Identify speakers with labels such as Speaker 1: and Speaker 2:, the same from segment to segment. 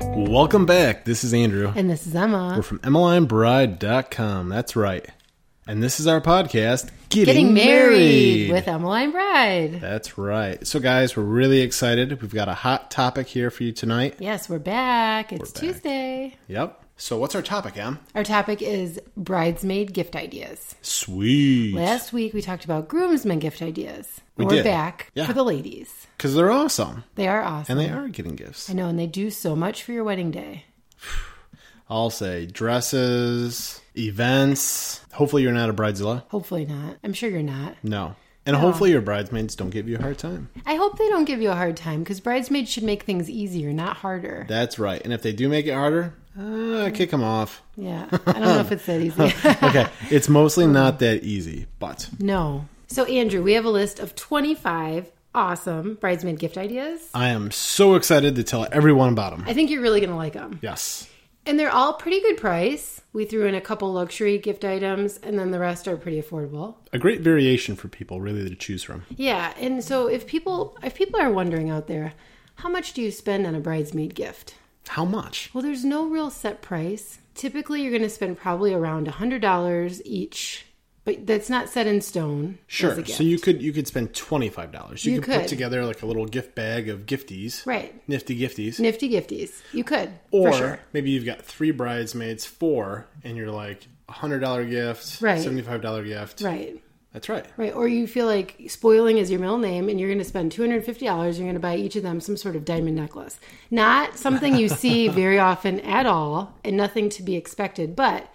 Speaker 1: Welcome back. This is Andrew.
Speaker 2: And this is Emma.
Speaker 1: We're from EmmelineBride.com. That's right. And this is our podcast, Getting,
Speaker 2: Getting married
Speaker 1: Married.
Speaker 2: with Emmeline Bride.
Speaker 1: That's right. So, guys, we're really excited. We've got a hot topic here for you tonight.
Speaker 2: Yes, we're back. It's
Speaker 1: back.
Speaker 2: Tuesday.
Speaker 1: Yep. So, what's our topic, Em?
Speaker 2: Our topic is bridesmaid gift ideas.
Speaker 1: Sweet.
Speaker 2: Last week we talked about groomsmen gift ideas.
Speaker 1: We
Speaker 2: are
Speaker 1: did.
Speaker 2: back
Speaker 1: Yeah.
Speaker 2: for the ladies.
Speaker 1: Because they're awesome.
Speaker 2: They are awesome.
Speaker 1: And they are getting gifts.
Speaker 2: I know, and they do so much for your wedding day.
Speaker 1: I'll say dresses, events. Hopefully, you're not a bridezilla.
Speaker 2: Hopefully not. I'm sure you're not.
Speaker 1: No. And hopefully, your bridesmaids don't give you a hard time.
Speaker 2: I hope they don't give you a hard time because bridesmaids should make things easier, not harder.
Speaker 1: That's right. And if they do make it harder, uh, kick them off.
Speaker 2: Yeah. I don't know if it's that easy.
Speaker 1: okay, it's mostly not that easy, but
Speaker 2: No. So, Andrew, we have a list of 25 awesome bridesmaid gift ideas.
Speaker 1: I am so excited to tell everyone about them.
Speaker 2: I think you're really going to like them.
Speaker 1: Yes.
Speaker 2: And they're all pretty good price. We threw in a couple luxury gift items, and then the rest are pretty affordable.
Speaker 1: A great variation for people really to choose from.
Speaker 2: Yeah, and so if people if people are wondering out there, how much do you spend on a bridesmaid gift?
Speaker 1: How much?
Speaker 2: Well, there's no real set price. Typically, you're going to spend probably around $100 each, but that's not set in stone. as a
Speaker 1: Sure.
Speaker 2: gift.
Speaker 1: So you could you could spend twenty five dollars. You,
Speaker 2: You
Speaker 1: could, put
Speaker 2: could.
Speaker 1: together like a little gift bag of gifties.
Speaker 2: Right.
Speaker 1: Nifty gifties.
Speaker 2: Nifty gifties. You could.
Speaker 1: or
Speaker 2: for sure.
Speaker 1: maybe you've got three bridesmaids, four, and you're like a hundred dollar gift,
Speaker 2: Right.
Speaker 1: seventy five dollar gift.
Speaker 2: Right.
Speaker 1: That's right.
Speaker 2: Right, or you feel like spoiling is your middle name and you're going to spend $250, you're going to buy each of them some sort of diamond necklace. Not something you see very often at all and nothing to be expected, but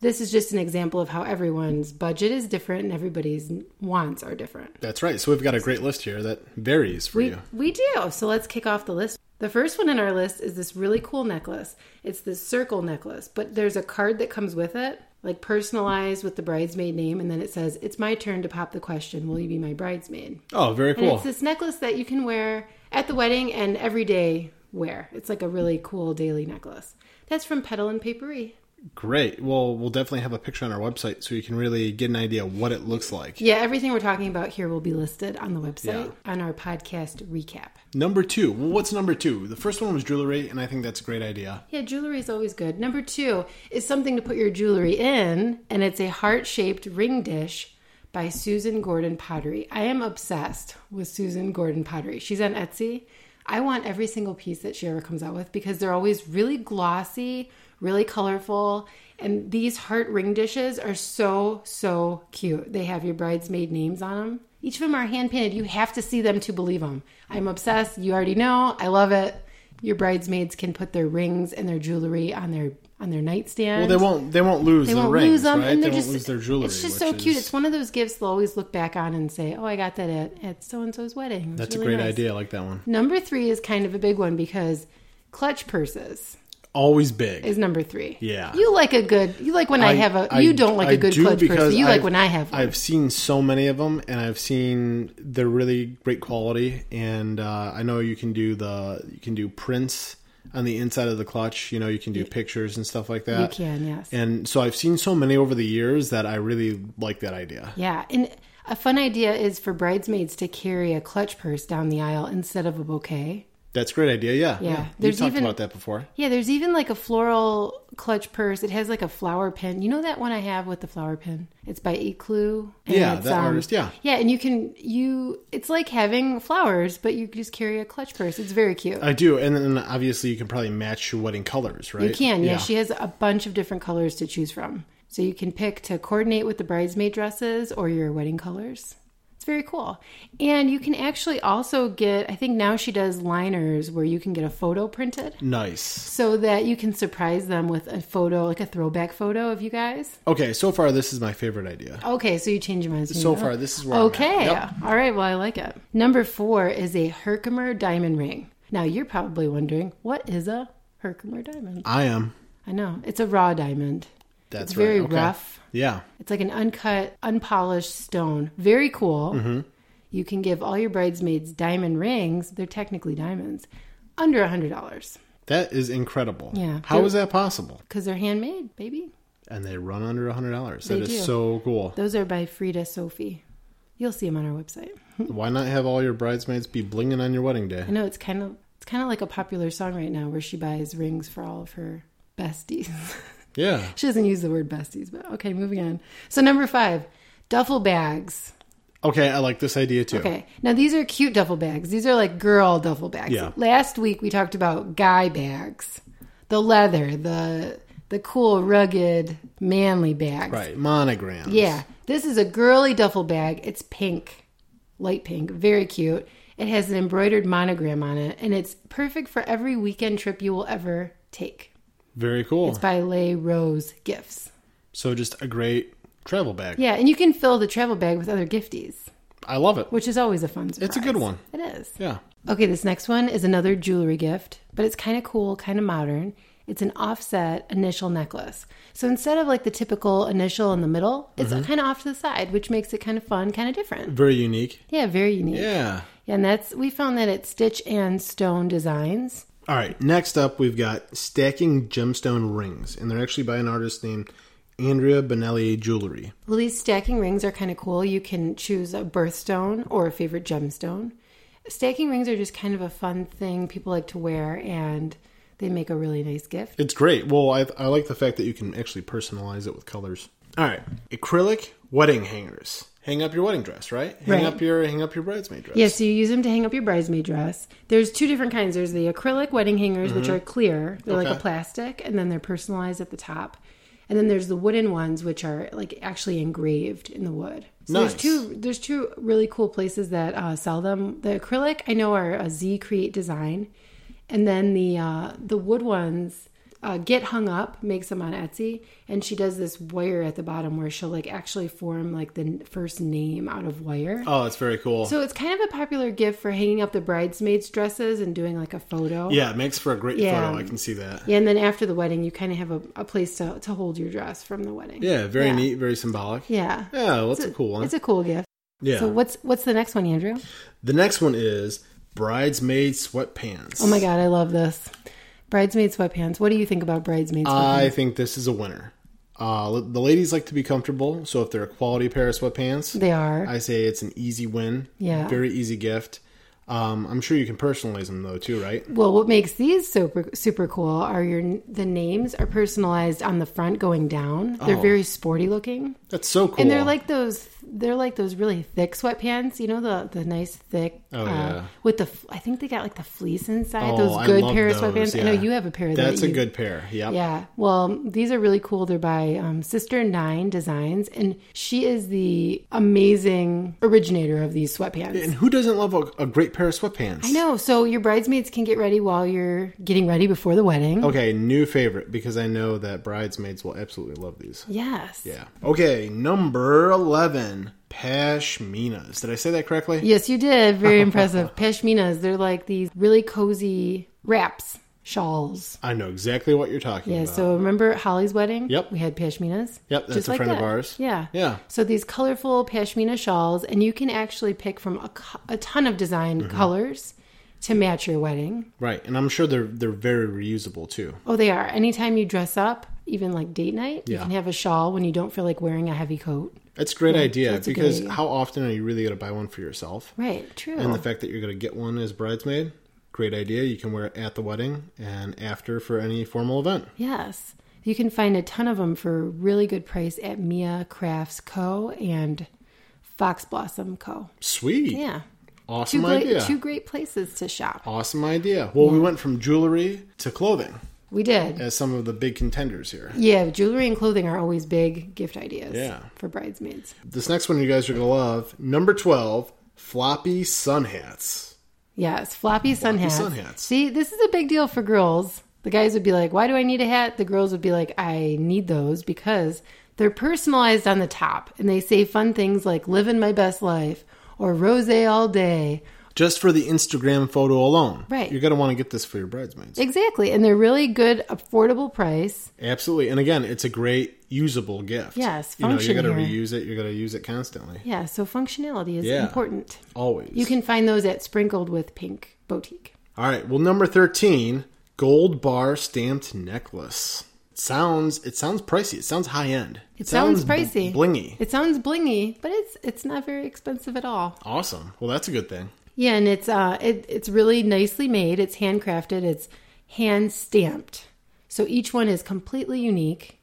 Speaker 2: this is just an example of how everyone's budget is different and everybody's wants are different.
Speaker 1: That's right. So we've got a great list here that varies for
Speaker 2: We,
Speaker 1: you.
Speaker 2: we do. So let's kick off the list. The first one in our list is this really cool necklace. It's this circle necklace, but there's a card that comes with it, like personalized with the bridesmaid name, and then it says, It's my turn to pop the question. Will you be my bridesmaid?
Speaker 1: Oh, very
Speaker 2: And
Speaker 1: cool.
Speaker 2: it's this necklace that you can wear at the wedding and everyday wear. It's like a really cool daily necklace. That's from Petal and Papery.
Speaker 1: Great. Well, we'll definitely have a picture on our website so you can really get an idea of what it looks like.
Speaker 2: Yeah, everything we're talking about here will be listed on the website
Speaker 1: Yeah.
Speaker 2: on our podcast recap.
Speaker 1: Number two. Well, what's number two? The first one was jewelry, and I think that's a great idea.
Speaker 2: Yeah, jewelry is always good. Number two is something to put your jewelry in, and it's a heart shaped ring dish by Susan Gordon Pottery. I am obsessed with Susan Gordon Pottery. She's on Etsy. I want every single piece that she ever comes out with because they're always really glossy, really colorful. And these heart ring dishes are so, so cute. They have your bridesmaid names on them. Each of them are hand painted. You have to see them to believe them. I'm obsessed. You already know. I love it your bridesmaids can put their rings and their jewelry on their on their nightstand.
Speaker 1: Well, they won't. They won't lose.
Speaker 2: They
Speaker 1: the
Speaker 2: won't
Speaker 1: rings,
Speaker 2: lose them,
Speaker 1: right?
Speaker 2: and
Speaker 1: they
Speaker 2: they're just
Speaker 1: won't lose their jewelry.
Speaker 2: It's just
Speaker 1: which
Speaker 2: so cute.
Speaker 1: is-
Speaker 2: It's one of those gifts they'll always look back on and say, "Oh, I got that at at so and so's wedding." It was
Speaker 1: that's a
Speaker 2: really
Speaker 1: great
Speaker 2: nice.
Speaker 1: idea. I like that one.
Speaker 2: Number three is kind of a big one because clutch purses
Speaker 1: Always big.
Speaker 2: is number three.
Speaker 1: Yeah.
Speaker 2: you like a good. You like when I, have a. you don't like a
Speaker 1: a
Speaker 2: good clutch purse. You like when I have. One.
Speaker 1: I've seen so many of them, and I've seen they're really great quality. And uh, I know you can do the you can do prints on the inside of the clutch. You know, you can do pictures and stuff like that.
Speaker 2: you can yes.
Speaker 1: And so I've seen so many over the years that I really like that idea.
Speaker 2: Yeah, and a fun idea is for bridesmaids to carry a clutch purse down the aisle instead of a bouquet.
Speaker 1: That's a great idea. Yeah.
Speaker 2: Yeah.
Speaker 1: We've
Speaker 2: There's
Speaker 1: talked
Speaker 2: even-
Speaker 1: about that before.
Speaker 2: Yeah, there's even like a floral clutch purse. It has like a flower pin. You know that one I have with the flower pin? It's by Eclu. and
Speaker 1: Yeah,
Speaker 2: it's, um,
Speaker 1: that artist, yeah.
Speaker 2: Yeah, and you can you it's like having flowers, but you just carry a clutch purse. It's very cute.
Speaker 1: I do. And then obviously you can probably match your wedding colors, right?
Speaker 2: you can, yeah. She has a bunch of different colors to choose from. So you can pick to coordinate with the bridesmaid dresses or your wedding colors. It's very cool. And you can actually also get I think now she does liners where you can get a photo printed.
Speaker 1: Nice.
Speaker 2: so that you can surprise them with a photo, like a throwback photo of you guys.
Speaker 1: Okay, so far this is my favorite idea.
Speaker 2: Okay, so you change your mind.
Speaker 1: So far this is where I'm at.
Speaker 2: Okay.
Speaker 1: Yep.
Speaker 2: All right. Well, I like it. Number four is a Herkimer diamond ring. Now you're probably wondering what is a Herkimer diamond.
Speaker 1: I am.
Speaker 2: I know it's a raw diamond.
Speaker 1: That's
Speaker 2: it's very
Speaker 1: right. Okay.
Speaker 2: rough.
Speaker 1: Yeah.
Speaker 2: It's like an uncut, unpolished stone. Very cool.
Speaker 1: Mm-hmm.
Speaker 2: You can give all your bridesmaids diamond rings. They're technically diamonds, under a hundred dollars
Speaker 1: That is incredible.
Speaker 2: Yeah.
Speaker 1: How
Speaker 2: They're-
Speaker 1: is that possible?
Speaker 2: because they're handmade, baby.
Speaker 1: And they run under a hundred dollars. That
Speaker 2: They
Speaker 1: is
Speaker 2: do.
Speaker 1: so cool.
Speaker 2: Those are by Frida Sophie. You'll see them on our website.
Speaker 1: Why not have all your bridesmaids be blinging on your wedding day?
Speaker 2: I know it's kind of it's kind of like a popular song right now where she buys rings for all of her besties.
Speaker 1: Yeah.
Speaker 2: she doesn't use the word besties, but okay, moving on. So, number five, duffel bags.
Speaker 1: Okay, I like this idea too.
Speaker 2: Okay. Now these are cute duffel bags. These are like girl duffel bags.
Speaker 1: Yeah.
Speaker 2: Last week we talked about guy bags. The leather, the the cool, rugged, manly bags.
Speaker 1: Right. Monograms.
Speaker 2: Yeah. This is a girly duffel bag. It's pink. Light pink. Very cute. It has an embroidered monogram on it and it's perfect for every weekend trip you will ever take.
Speaker 1: Very cool.
Speaker 2: It's by Lay Rose Gifts.
Speaker 1: so just a great travel bag.
Speaker 2: Yeah, and you can fill the travel bag with other gifties,
Speaker 1: I love it.
Speaker 2: which is always a fun surprise.
Speaker 1: It's a good one.
Speaker 2: It is.
Speaker 1: Yeah.
Speaker 2: Okay, this next one is another jewelry gift, but it's kind of cool, kind of modern. It's an offset initial necklace. So instead of like the typical initial in the middle, it's
Speaker 1: Mm-hmm.
Speaker 2: kind of off to the side, which makes it kind of fun, kind of different.
Speaker 1: Very unique.
Speaker 2: Yeah, very unique.
Speaker 1: Yeah.
Speaker 2: Yeah, and that's we found that at Stitch and Stone Designs.
Speaker 1: All right. Next up, we've got stacking gemstone rings, and they're actually by an artist named Andrea Benelli Jewelry.
Speaker 2: Well, these stacking rings are kind of cool. You can choose a birthstone or a favorite gemstone. Stacking rings are just kind of a fun thing people like to wear, and they make a really nice gift.
Speaker 1: It's great. Well, I, I like the fact that you can actually personalize it with colors. All right, acrylic wedding hangers. Hang up your wedding dress, right? Hang
Speaker 2: Right.
Speaker 1: up your hang up your bridesmaid dress.
Speaker 2: Yeah, so you use them to hang up your bridesmaid dress. There's two different kinds. There's the acrylic wedding hangers, which are clear. They're like
Speaker 1: Mm-hmm. Okay.
Speaker 2: a plastic, and then they're personalized at the top. And then there's the wooden ones, which are like actually engraved in the wood. So
Speaker 1: Nice.
Speaker 2: there's two there's two really cool places that uh, sell them. The acrylic I know are uh, Z Create Design, and then the uh, the wood ones. Uh, get hung up makes them on Etsy, and she does this wire at the bottom where she'll like actually form like the n- first name out of wire.
Speaker 1: Oh, it's very cool.
Speaker 2: So it's kind of a popular gift for hanging up the bridesmaids' dresses and doing like a photo.
Speaker 1: yeah, it makes for a great
Speaker 2: Yeah.
Speaker 1: photo. I can see that.
Speaker 2: Yeah, and then after the wedding, you kind of have a, a place to, to hold your dress from the wedding.
Speaker 1: Yeah, very
Speaker 2: Yeah.
Speaker 1: neat, very symbolic.
Speaker 2: Yeah.
Speaker 1: Yeah, well, that's a, cool one.
Speaker 2: It's a cool gift.
Speaker 1: yeah.
Speaker 2: So what's what's the next one, Andrew?
Speaker 1: the next one is bridesmaid sweatpants.
Speaker 2: Oh my god, I love this. Bridesmaid sweatpants. What do you think about bridesmaid sweatpants?
Speaker 1: I think this is a winner. Uh, l- the ladies like to be comfortable, so if they're a quality pair of sweatpants,
Speaker 2: they are.
Speaker 1: I say it's an easy win.
Speaker 2: Yeah.
Speaker 1: Very easy gift. Um, I'm sure you can personalize them though too, right?
Speaker 2: well, what makes these super super cool are your the names are personalized on the front going down. They're
Speaker 1: Oh.
Speaker 2: very sporty looking.
Speaker 1: That's so cool.
Speaker 2: And they're like those. They're like those really thick sweatpants. You know the the nice thick. uh,
Speaker 1: Oh, yeah.
Speaker 2: With the, f- I think they got like the fleece inside.
Speaker 1: Oh, I
Speaker 2: those good
Speaker 1: love
Speaker 2: pair of
Speaker 1: those,
Speaker 2: sweatpants. I know
Speaker 1: yeah.
Speaker 2: you have a pair of
Speaker 1: that's
Speaker 2: that
Speaker 1: a
Speaker 2: you-
Speaker 1: good pair. Yep.
Speaker 2: Yeah. Well, um, these are really cool. They're by um, Sister Nine Designs, and she is the amazing originator of these sweatpants.
Speaker 1: And who doesn't love a, a great pair of sweatpants?
Speaker 2: I know. So your bridesmaids can get ready while you're getting ready before the wedding.
Speaker 1: Okay, new favorite because I know that bridesmaids will absolutely love these.
Speaker 2: Yes.
Speaker 1: Yeah. Okay, number 11, pashminas. Did I say that correctly?
Speaker 2: Yes, you did. Very impressive. Pashminas. They're like these really cozy wraps, shawls.
Speaker 1: I know exactly what you're talking
Speaker 2: Yeah,
Speaker 1: about.
Speaker 2: so remember at Holly's wedding?
Speaker 1: Yep.
Speaker 2: We had pashminas.
Speaker 1: Yep, that's
Speaker 2: Just
Speaker 1: a
Speaker 2: like
Speaker 1: friend of
Speaker 2: that.
Speaker 1: ours.
Speaker 2: Yeah.
Speaker 1: Yeah.
Speaker 2: So these colorful pashmina shawls, and you can actually pick from a, co- a ton of design
Speaker 1: Mm-hmm.
Speaker 2: colors to match your wedding.
Speaker 1: Right. And I'm sure they're they're very reusable too.
Speaker 2: Oh, they are. Anytime you dress up, even like date night, you
Speaker 1: Yeah.
Speaker 2: can have a shawl when you don't feel like wearing a heavy coat.
Speaker 1: That's a great idea
Speaker 2: that's a good
Speaker 1: because
Speaker 2: idea.
Speaker 1: how often are you really going to buy one for yourself?
Speaker 2: Right. True.
Speaker 1: And the fact that you're going to get one as bridesmaid, great idea. You can wear it at the wedding and after for any formal event.
Speaker 2: yes. You can find a ton of them for a really good price at Mia Crafts Co. and Fox Blossom Co.
Speaker 1: Sweet.
Speaker 2: Yeah. Two
Speaker 1: Awesome idea.
Speaker 2: great, two great places to shop.
Speaker 1: Awesome idea. Well, we went from jewelry to clothing
Speaker 2: We did.
Speaker 1: as some of the big contenders here.
Speaker 2: Yeah, jewelry and clothing are always big gift ideas
Speaker 1: Yeah.
Speaker 2: for bridesmaids.
Speaker 1: This next one you guys are going to love. Number 12, floppy sun hats.
Speaker 2: Yes, floppy sun hats.
Speaker 1: sun hats.
Speaker 2: See, this is a big deal for girls. The guys would be like, "Why do I need a hat?" The girls would be like, "I need those because they're personalized on the top and they say fun things like living my best life or rosé all day."
Speaker 1: Just for the Instagram photo alone.
Speaker 2: Right.
Speaker 1: You're going to want to get this for your bridesmaids.
Speaker 2: Exactly. And they're really good affordable price.
Speaker 1: Absolutely. And again, it's a great usable gift.
Speaker 2: Yes,
Speaker 1: You know, you're going to
Speaker 2: function here.
Speaker 1: reuse it, you're going to use it constantly.
Speaker 2: Yeah, so functionality is
Speaker 1: Yeah.
Speaker 2: important.
Speaker 1: Always.
Speaker 2: You can find those at Sprinkled with Pink Boutique.
Speaker 1: All right. Well, number thirteen, gold bar stamped necklace. It sounds it sounds pricey. It sounds high end.
Speaker 2: It sounds pricey.
Speaker 1: blingy.
Speaker 2: It sounds blingy, but it's it's not very expensive at all.
Speaker 1: Awesome. Well, that's a good thing.
Speaker 2: Yeah, and it's uh, it, it's really nicely made. It's handcrafted. It's hand stamped. So each one is completely unique.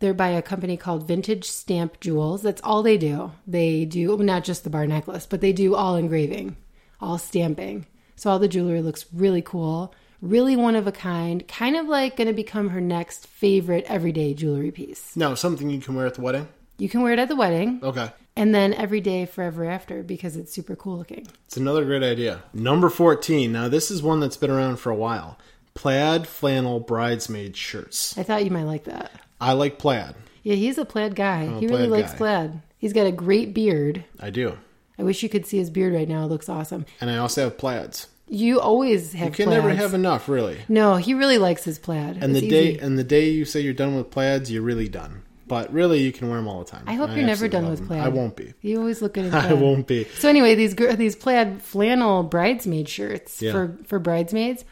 Speaker 2: They're by a company called Vintage Stamp Jewels. That's all they do. They do well, not just the bar necklace, but they do all engraving, all stamping. So all the jewelry looks really cool, really one of a kind. Kind of like going to become her next favorite everyday jewelry piece.
Speaker 1: No, something you can wear at the wedding.
Speaker 2: You can wear it at the wedding,
Speaker 1: Okay.
Speaker 2: and then every day forever after because it's super cool looking.
Speaker 1: It's another great idea. Number 14. Now, this is one that's been around for a while. Plaid flannel bridesmaid shirts.
Speaker 2: I thought you might like that.
Speaker 1: I like plaid.
Speaker 2: Yeah, he's a plaid guy. he really
Speaker 1: plaid
Speaker 2: likes
Speaker 1: guy.
Speaker 2: plaid. He's got a great beard.
Speaker 1: I do.
Speaker 2: I wish you could see his beard right now. It looks awesome.
Speaker 1: And I also have plaids.
Speaker 2: You always have.
Speaker 1: You can
Speaker 2: plaids.
Speaker 1: never have enough, really.
Speaker 2: No, he really likes his plaid.
Speaker 1: And
Speaker 2: It's
Speaker 1: the day
Speaker 2: easy.
Speaker 1: and the day you say you're done with plaids, you're really done. But really, you can wear them all the time.
Speaker 2: I hope you're never
Speaker 1: absolutely
Speaker 2: done
Speaker 1: love
Speaker 2: with
Speaker 1: them.
Speaker 2: plaid.
Speaker 1: I won't be.
Speaker 2: You always look good in plaid.
Speaker 1: I won't be.
Speaker 2: So anyway, these gr- these plaid flannel bridesmaid shirts
Speaker 1: Yeah.
Speaker 2: for for bridesmaids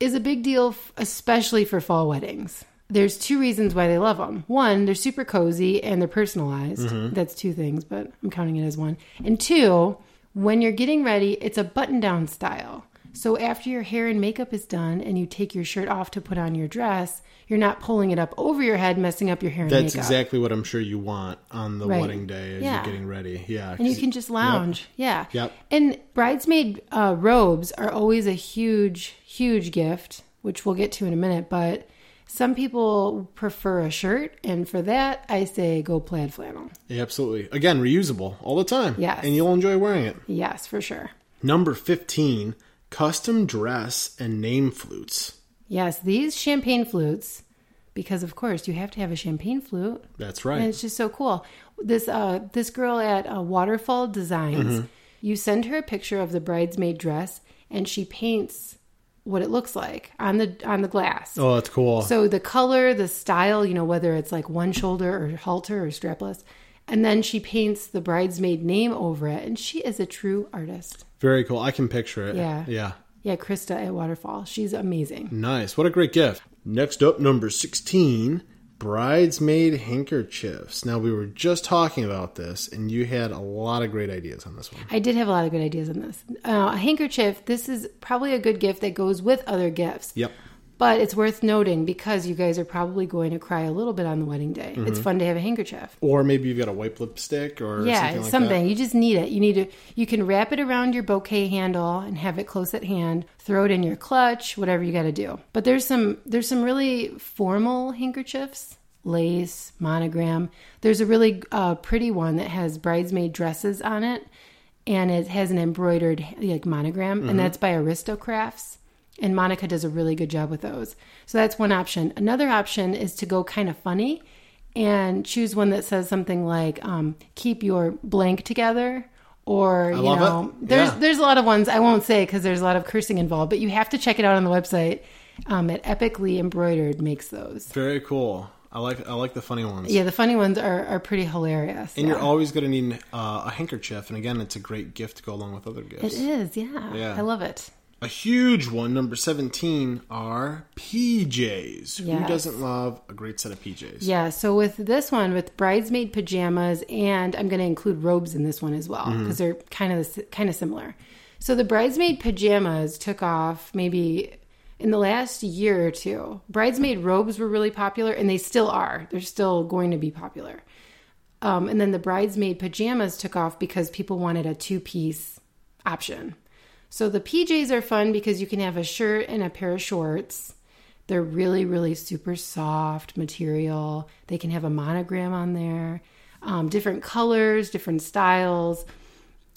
Speaker 2: is a big deal, f- especially for fall weddings. There's two reasons why they love them. One, they're super cozy and they're personalized.
Speaker 1: Mm-hmm.
Speaker 2: That's two things, but I'm counting it as one. And two, when you're getting ready, it's a button down style. So after your hair and makeup is done and you take your shirt off to put on your dress, you're not pulling it up over your head, messing up your hair and
Speaker 1: That's
Speaker 2: makeup.
Speaker 1: exactly what I'm sure you want on the
Speaker 2: Right.
Speaker 1: wedding day as
Speaker 2: Yeah.
Speaker 1: you're getting ready. Yeah.
Speaker 2: and you
Speaker 1: 'cause-
Speaker 2: can just lounge. Yeah.
Speaker 1: Yep.
Speaker 2: And bridesmaid uh, robes are always a huge, huge gift, which we'll get to in a minute. But some people prefer a shirt, and for that, I say go plaid flannel.
Speaker 1: Yeah, absolutely. Again, reusable all the time.
Speaker 2: Yes.
Speaker 1: And you'll enjoy wearing it.
Speaker 2: Yes, for sure.
Speaker 1: Number 15, custom dress and name flutes.
Speaker 2: Yes, these champagne flutes, because of course you have to have a champagne flute.
Speaker 1: That's
Speaker 2: And
Speaker 1: right.
Speaker 2: it's just so cool. This uh, this girl at uh, Waterfall Designs, you send her a picture of the bridesmaid dress, and she paints what it looks like on the on the glass.
Speaker 1: Oh, that's cool.
Speaker 2: So the color, the style, you know, whether it's like one shoulder or halter or strapless, and then she paints the bridesmaid name over it, and she is a true artist.
Speaker 1: Very cool. I can picture it.
Speaker 2: Yeah.
Speaker 1: Yeah.
Speaker 2: Yeah, Krista at Waterfall, she's amazing.
Speaker 1: Nice. What a great gift. Next up, number 16, bridesmaid handkerchiefs. Now, we were just talking about this, and you had a lot of great ideas on this one.
Speaker 2: I did have a lot of good ideas on this. Uh, a handkerchief. This is probably a good gift that goes with other gifts.
Speaker 1: Yep.
Speaker 2: But it's worth noting because you guys are probably going to cry a little bit on the wedding day. It's fun to have a handkerchief.
Speaker 1: Or maybe you've got a white lipstick or
Speaker 2: yeah,
Speaker 1: something
Speaker 2: it's
Speaker 1: like
Speaker 2: something. You just need it. You need to. You can wrap it around your bouquet handle and have it close at hand. Throw it in your clutch, whatever you got to do. But there's some there's some really formal handkerchiefs, lace, monogram. There's a really uh, pretty one that has bridesmaid dresses on it, and it has an embroidered like monogram,
Speaker 1: Mm-hmm.
Speaker 2: and that's by Aristocrafts. And Monica does a really good job with those. So that's one option. Another option is to go kind of funny and choose one that says something like um, "keep your blank together" or you
Speaker 1: love
Speaker 2: know,
Speaker 1: it.
Speaker 2: there's
Speaker 1: Yeah.
Speaker 2: there's a lot of ones I won't say because there's a lot of cursing involved. But you have to check it out on the website. Um, at Epically Embroidered makes those.
Speaker 1: that. Very cool. I like I like the funny ones.
Speaker 2: Yeah, the funny ones are are pretty hilarious.
Speaker 1: And
Speaker 2: yeah.
Speaker 1: you're always going to need uh, a handkerchief. And again, it's a great gift to go along with other
Speaker 2: it
Speaker 1: gifts.
Speaker 2: is, yeah.
Speaker 1: Yeah.
Speaker 2: I love it.
Speaker 1: A huge one, number 17, are PJs. Who
Speaker 2: Yes.
Speaker 1: doesn't love a great set of PJs?
Speaker 2: Yeah, so with this one, with bridesmaid pajamas, and I'm going to include robes in this one as well because they're kind of kind of similar. So the bridesmaid pajamas took off maybe in the last year or two. Bridesmaid robes were really popular, and they still are. They're still going to be popular. Um, and then the bridesmaid pajamas took off because people wanted a two piece option. So the PJs are fun because you can have a shirt and a pair of shorts. They're really, really super soft material. They can have a monogram on there, um, different colors, different styles.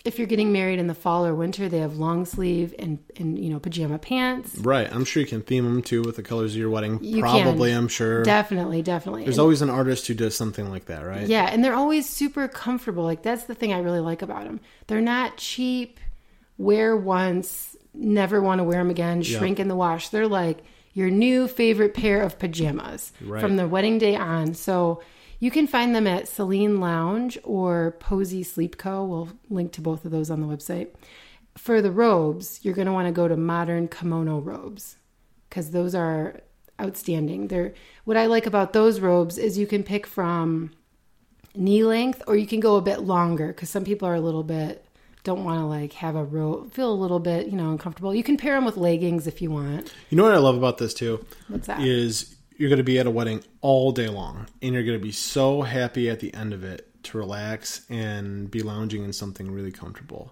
Speaker 2: If you're getting married in the fall or winter, they have long sleeve and, and you know pajama pants.
Speaker 1: Right. I'm sure you can theme them too with the colors of your wedding.
Speaker 2: You can.
Speaker 1: Probably, I'm sure.
Speaker 2: Definitely, definitely.
Speaker 1: There's always an artist who does something like that, right?
Speaker 2: Yeah, and they're always super comfortable. Like that's the thing I really like about them. They're not cheap. Wear once, never want to wear them again. Shrink in the wash. They're like your new favorite pair of pajamas
Speaker 1: Right.
Speaker 2: from the wedding day on. So you can find them at Celine Lounge or Posy Sleep Co. We'll link to both of those on the website. For the robes, you're going to want to go to Modern Kimono Robes because those are outstanding. They're what I like about those robes is you can pick from knee length or you can go a bit longer because some people are a little bit don't want to like have a real feel a little bit you know uncomfortable. You can pair them with leggings if you want.
Speaker 1: You know what I love about this too?
Speaker 2: What's that?
Speaker 1: Is you're going to be at a wedding all day long, and you're going to be so happy at the end of it to relax and be lounging in something really comfortable.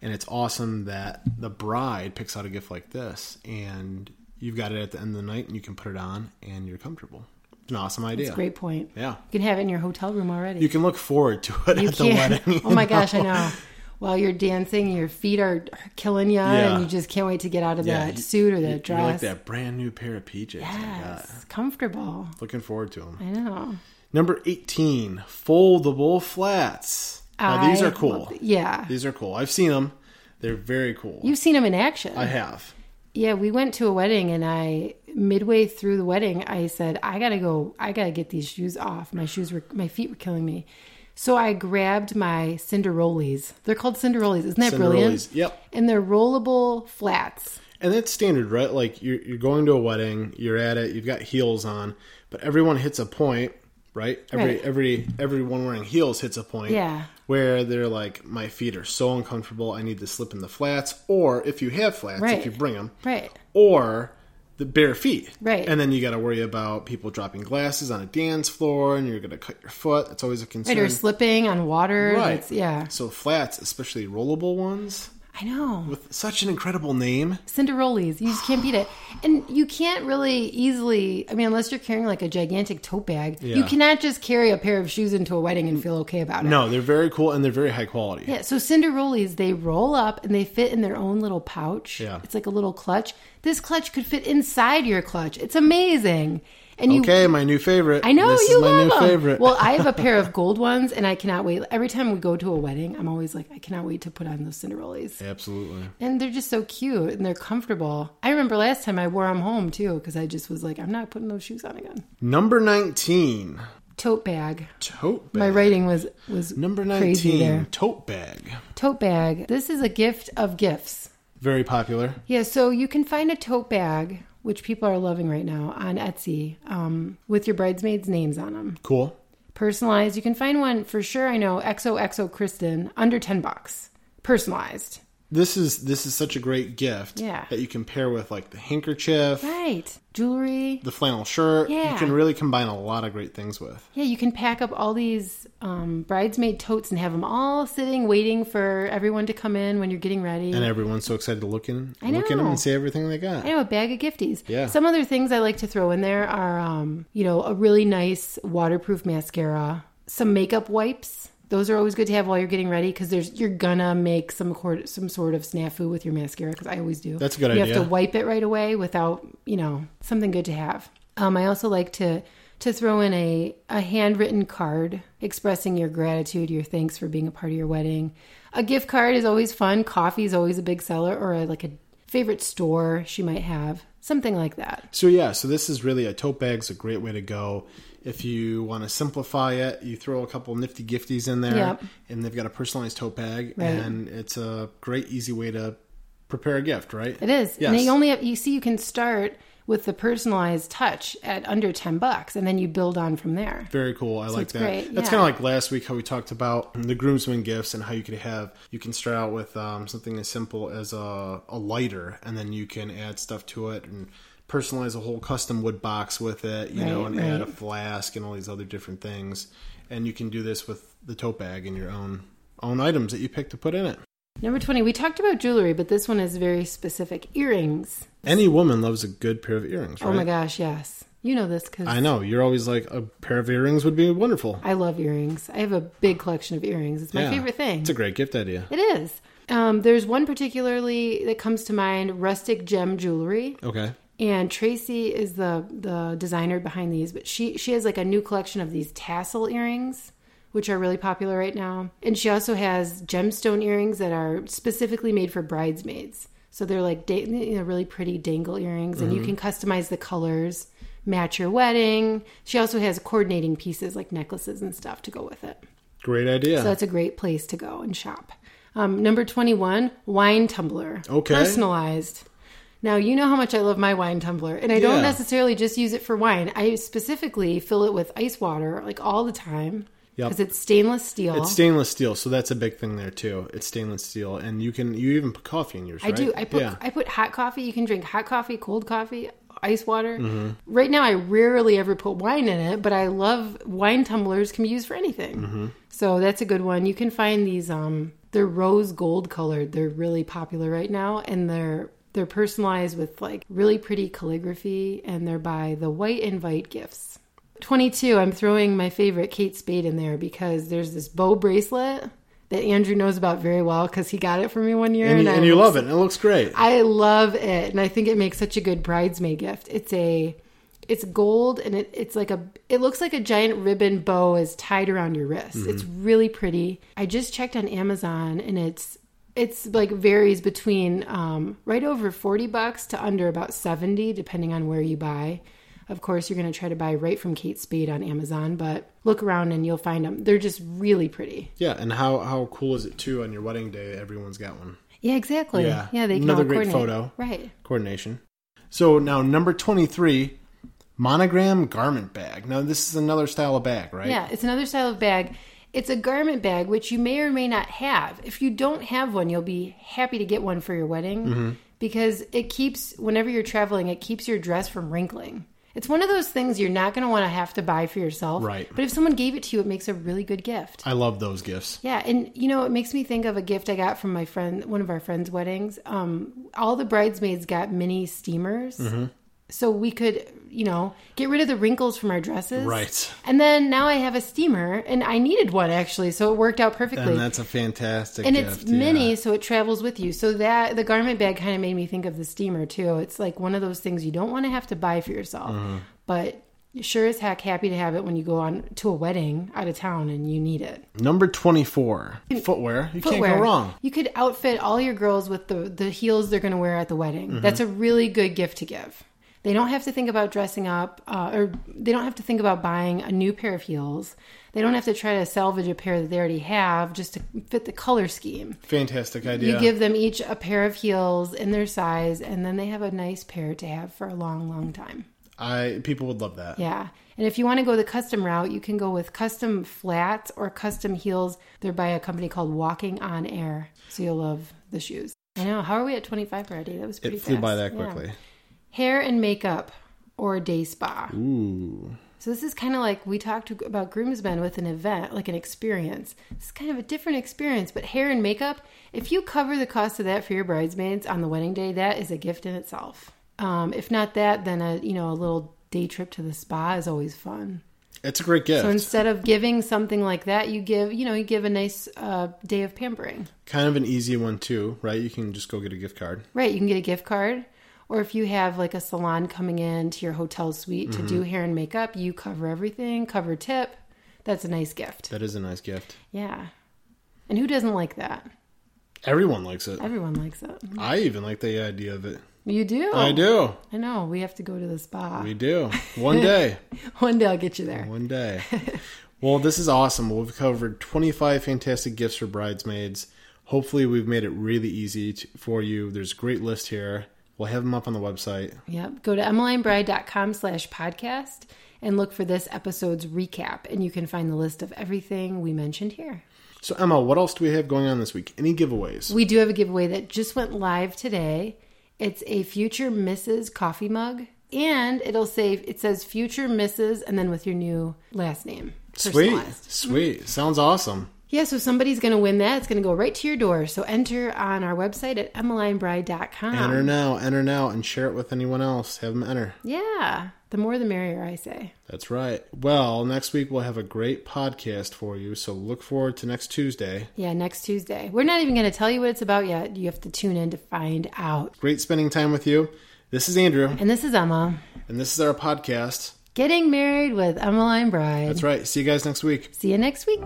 Speaker 1: And it's awesome that the bride picks out a gift like this, and you've got it at the end of the night, and you can put it on, and you're comfortable. It's an awesome idea.
Speaker 2: That's a great point.
Speaker 1: Yeah.
Speaker 2: You can have it in your hotel room already.
Speaker 1: You can look forward to it
Speaker 2: You
Speaker 1: at the
Speaker 2: can't-
Speaker 1: wedding.
Speaker 2: Oh my gosh, I know. While you're dancing, your feet are are killing you,
Speaker 1: Yeah.
Speaker 2: and you just can't wait to get out of
Speaker 1: Yeah,
Speaker 2: that
Speaker 1: you-
Speaker 2: suit or that
Speaker 1: you-
Speaker 2: dress.
Speaker 1: You're like that brand new pair of PJs. I got.
Speaker 2: Yes, comfortable.
Speaker 1: Looking forward to them.
Speaker 2: I know.
Speaker 1: Number 18, foldable flats. Now, these
Speaker 2: I
Speaker 1: are cool.
Speaker 2: love- Yeah,
Speaker 1: These are cool. I've seen them. They're very cool.
Speaker 2: you've seen them in action.
Speaker 1: I have.
Speaker 2: yeah, we went to a wedding, and I midway through the wedding, I said, "I gotta go. I gotta get these shoes off. My shoes were, my feet were killing me." So I grabbed my Cinderollis. They're called Cinderollis. Isn't that brilliant?
Speaker 1: Cinderollis, yep.
Speaker 2: And they're rollable flats.
Speaker 1: And that's standard, right? Like you're, you're going to a wedding, you're at it, you've got heels on, but everyone hits a point, right? Every
Speaker 2: Right.
Speaker 1: every everyone wearing heels hits a point.
Speaker 2: Yeah.
Speaker 1: Where they're like, my feet are so uncomfortable, I need to slip in the flats, or if you have flats,
Speaker 2: Right.
Speaker 1: if you bring them,
Speaker 2: Right.
Speaker 1: or the bare feet.
Speaker 2: Right.
Speaker 1: And then you got to worry about people dropping glasses on a dance floor and you're going to cut your foot. That's always a concern.
Speaker 2: Right, or slipping on water.
Speaker 1: Right.
Speaker 2: That's- yeah.
Speaker 1: So flats, especially rollable ones,
Speaker 2: I know.
Speaker 1: with such an incredible name.
Speaker 2: Cinderollis. You just can't beat it. And you can't really easily, I mean, unless you're carrying like a gigantic tote bag, you
Speaker 1: Yeah.
Speaker 2: cannot just carry a pair of shoes into a wedding and feel okay about it.
Speaker 1: No, they're very cool and they're very high quality.
Speaker 2: Yeah, so Cinderollis, they roll up and they fit in their own little pouch.
Speaker 1: Yeah.
Speaker 2: It's like a little clutch. This clutch could fit inside your clutch. It's amazing. And you
Speaker 1: Okay, my new favorite.
Speaker 2: I know
Speaker 1: this
Speaker 2: you
Speaker 1: is my
Speaker 2: love
Speaker 1: new
Speaker 2: 'em.
Speaker 1: favorite.
Speaker 2: Well, I have a pair of gold ones, and I cannot wait. Every time we go to a wedding, I'm always like, I cannot wait to put on those Cinderollis.
Speaker 1: absolutely.
Speaker 2: And they're just so cute and they're comfortable. I remember last time I wore them home too because I just was like, I'm not putting those shoes on again.
Speaker 1: Number 19,
Speaker 2: Tote bag.
Speaker 1: tote bag.
Speaker 2: My writing was was
Speaker 1: Number
Speaker 2: crazy
Speaker 1: 19,
Speaker 2: there.
Speaker 1: tote bag.
Speaker 2: Tote bag. This is a gift of gifts.
Speaker 1: Very popular.
Speaker 2: Yeah, so you can find a tote bag which people are loving right now on Etsy um, with your bridesmaids' names on them.
Speaker 1: Cool.
Speaker 2: Personalized. You can find one for sure. I know XOXO Kristen under ten bucks. Personalized.
Speaker 1: This is this is such a great gift
Speaker 2: Yeah.
Speaker 1: that you can pair with like the handkerchief,
Speaker 2: Right. Jewelry.
Speaker 1: the flannel shirt. You
Speaker 2: Yeah.
Speaker 1: can really combine a lot of great things with.
Speaker 2: Yeah, you can pack up all these um, bridesmaid totes and have them all sitting, waiting for everyone to come in when you're getting ready.
Speaker 1: And everyone's so excited to look in,
Speaker 2: Mm. I
Speaker 1: look in 'em
Speaker 2: know.
Speaker 1: and see everything they got.
Speaker 2: I know a bag of gifties.
Speaker 1: Yeah.
Speaker 2: Some other things I like to throw in there are, um, you know, a really nice waterproof mascara, some makeup wipes. Those are always good to have while you're getting ready because there's you're gonna make some cord, some sort of snafu with your mascara because I always do.
Speaker 1: That's a good
Speaker 2: you
Speaker 1: idea.
Speaker 2: have to wipe it right away without you know something good to have. Um, I also like to to throw in a a handwritten card expressing your gratitude, your thanks for being a part of your wedding. A gift card is always fun. Coffee is always a big seller, or a, like a favorite store she might have, something like that.
Speaker 1: So yeah, so this is really a tote bag's a great way to go. If you want to simplify it, you throw a couple nifty gifties in there,
Speaker 2: Yep.
Speaker 1: and they've got a personalized tote bag,
Speaker 2: Right.
Speaker 1: and it's a great easy way to prepare a gift, right?
Speaker 2: It is, and
Speaker 1: Yes.
Speaker 2: you only have, you see you can start with the personalized touch at under ten bucks, and then you build on from there.
Speaker 1: Very cool. I like
Speaker 2: it's
Speaker 1: that.
Speaker 2: great,
Speaker 1: That's
Speaker 2: yeah.
Speaker 1: kind of like last week how we talked about the groomsmen gifts and how you could have you can start out with um, something as simple as a, a lighter, and then you can add stuff to it and personalize a whole custom wood box with it, you know,
Speaker 2: Right,
Speaker 1: and add a
Speaker 2: right.
Speaker 1: flask and all these other different things. And you can do this with the tote bag and your own own items that you pick to put in it.
Speaker 2: Number twenty, we talked about jewelry, but this one is very specific: earrings.
Speaker 1: Any woman loves a good pair of earrings, right?
Speaker 2: Oh my gosh, yes. You know this because
Speaker 1: I
Speaker 2: I,
Speaker 1: know you're always like a pair of earrings would be wonderful.
Speaker 2: love earrings. I have a big collection of earrings. It's my
Speaker 1: Yeah.
Speaker 2: favorite thing.
Speaker 1: It's a great gift idea.
Speaker 2: it is. Um, there's one particularly that comes to mind: rustic gem jewelry.
Speaker 1: Okay.
Speaker 2: And Tracy is the the designer behind these, but she she has like a new collection of these tassel earrings, which are really popular right now. And she also has gemstone earrings that are specifically made for bridesmaids. So they're like da- you know, really pretty dangle earrings, and you can customize the colors, match your wedding. She also has coordinating pieces like necklaces and stuff to go with it.
Speaker 1: Great idea.
Speaker 2: So that's a great place to go and shop. Um, number 21, wine tumbler.
Speaker 1: Okay.
Speaker 2: Personalized. Now, you know how much I love my wine tumbler, and I don't
Speaker 1: Yeah.
Speaker 2: necessarily just use it for wine. I specifically fill it with ice water like all the time.
Speaker 1: Yep.
Speaker 2: because it's stainless steel.
Speaker 1: It's stainless steel, so that's a big thing there too. It's stainless steel, and you can you even put coffee in yours.
Speaker 2: I do. I put
Speaker 1: yeah.
Speaker 2: I put hot coffee. You can drink hot coffee, cold coffee, ice water.
Speaker 1: Mm-hmm.
Speaker 2: Right now, I rarely ever put wine in it, but I love wine tumblers. Can be used for anything.
Speaker 1: Mm-hmm.
Speaker 2: So that's a good one. You can find these. Um, they're rose gold colored. They're really popular right now, and they're they're personalized with like really pretty calligraphy, and they're by the White Invite Gifts. 22, I'm throwing my favorite Kate Spade in there because there's this bow bracelet that Andrew knows about very well because he got it for me one year.
Speaker 1: and, you,
Speaker 2: I
Speaker 1: and you
Speaker 2: was-
Speaker 1: love it, and it looks great.
Speaker 2: I love it, and I think it makes such a good bridesmaid gift. It's a, it's gold, and it, it's like a, it looks like a giant ribbon bow is tied around your wrist.
Speaker 1: Mm-hmm.
Speaker 2: It's really pretty. I just checked on Amazon, and it's, it's like varies between um, right over forty bucks to under about seventy, depending on where you buy. Of course, you're going to try to buy right from Kate Spade on Amazon, but look around and you'll find them. They're just really pretty.
Speaker 1: Yeah, and how how cool is it too? On your wedding day, everyone's got one.
Speaker 2: Yeah, exactly.
Speaker 1: Yeah.
Speaker 2: Yeah, they can
Speaker 1: Another
Speaker 2: all
Speaker 1: great
Speaker 2: coordinate.
Speaker 1: photo.
Speaker 2: Right.
Speaker 1: coordination. So now number 23, monogram garment bag. Now this is another style of bag, right?
Speaker 2: Yeah, it's another style of bag. It's a garment bag, which you may or may not have. If you don't have one, you'll be happy to get one for your wedding
Speaker 1: Mm-hmm.
Speaker 2: because it keeps, whenever you're traveling, it keeps your dress from wrinkling. It's one of those things you're not going to want to have to buy for yourself.
Speaker 1: Right.
Speaker 2: But if someone gave it to you, it makes a really good gift.
Speaker 1: I love those gifts.
Speaker 2: Yeah, and you know, it makes me think of a gift I got from my friend, one of our friends' weddings. Um, all the bridesmaids got mini steamers,
Speaker 1: Mm-hmm.
Speaker 2: so we could, you know, get rid of the wrinkles from our dresses.
Speaker 1: Right.
Speaker 2: And then now I have a steamer, and I needed one actually, so it worked out perfectly.
Speaker 1: And that's a fantastic
Speaker 2: And
Speaker 1: gift.
Speaker 2: it's mini,
Speaker 1: yeah.
Speaker 2: so it travels with you. So that the garment bag kind of made me think of the steamer too. It's like one of those things you don't want to have to buy for yourself,
Speaker 1: Uh-huh.
Speaker 2: but you're sure as heck happy to have it when you go on to a wedding out of town and you need it.
Speaker 1: Number 24, footwear. You can't go wrong.
Speaker 2: You could outfit all your girls with the, the heels they're going to wear at the wedding.
Speaker 1: Mm-hmm.
Speaker 2: That's a really good gift to give. They don't have to think about dressing up, uh, or they don't have to think about buying a new pair of heels. They don't have to try to salvage a pair that they already have just to fit the color scheme.
Speaker 1: Fantastic idea.
Speaker 2: You give them each a pair of heels in their size, and then they have a nice pair to have for a long, long time.
Speaker 1: I people would love that.
Speaker 2: Yeah. And if you want to go the custom route, you can go with custom flats or custom heels. They're by a company called Walking on Air. So you'll love the shoes. I know. How are we at 25 already? That was pretty
Speaker 1: It flew by
Speaker 2: fast.
Speaker 1: that
Speaker 2: Yeah.
Speaker 1: quickly.
Speaker 2: Hair and makeup or day spa.
Speaker 1: Ooh.
Speaker 2: So this is kind of like we talked about groomsmen with an event, like an experience. It's kind of a different experience, but hair and makeup, if you cover the cost of that for your bridesmaids on the wedding day, that is a gift in itself. Um, if not that, then a you know a little day trip to the spa is always fun.
Speaker 1: It's a great gift.
Speaker 2: So instead of giving something like that, you give you know you give a nice uh, day of pampering.
Speaker 1: kind of an easy one too, right? You can just go get a gift card.
Speaker 2: Right, you can get a gift card. Or if you have like a salon coming in to your hotel suite to
Speaker 1: Mm-hmm.
Speaker 2: do hair and makeup, you cover everything, cover tip. That's a nice gift.
Speaker 1: That is a nice gift.
Speaker 2: Yeah. And who doesn't like that?
Speaker 1: Everyone likes it.
Speaker 2: Everyone likes it.
Speaker 1: I even like the idea of it.
Speaker 2: You do?
Speaker 1: I do.
Speaker 2: I know. We have to go to the spa.
Speaker 1: We do. One day.
Speaker 2: One day I'll get you there.
Speaker 1: One day. well, this is awesome. We've covered 25 fantastic gifts for bridesmaids. Hopefully, we've made it really easy to, for you. There's a great list here. We'll have them up on the website.
Speaker 2: Yep. Go to emmelinebride.com slash podcast and look for this episode's recap. And you can find the list of everything we mentioned here.
Speaker 1: So, Emma, what else do we have going on this week? Any giveaways?
Speaker 2: We do have a giveaway that just went live today. It's a future Mrs. coffee mug. And it'll say, it says future Mrs. and then with your new last name.
Speaker 1: Sweet.
Speaker 2: personalized.
Speaker 1: Sweet. Sounds awesome.
Speaker 2: Yeah, so somebody's going to win that. It's going to go right to your door. So enter on our website at emmelinebride.com.
Speaker 1: Enter now, enter now, and share it with anyone else. Have them enter.
Speaker 2: Yeah, the more the merrier, I say.
Speaker 1: That's right. Well, next week we'll have a great podcast for you. So, look forward to next Tuesday.
Speaker 2: Yeah, next Tuesday. We're not even going to tell you what it's about yet. You have to tune in to find out.
Speaker 1: Great spending time with you. This is Andrew,
Speaker 2: And this is Emma,
Speaker 1: and this is our podcast.
Speaker 2: getting married with Emmeline Bride.
Speaker 1: That's right. See you guys next week.
Speaker 2: See you next week.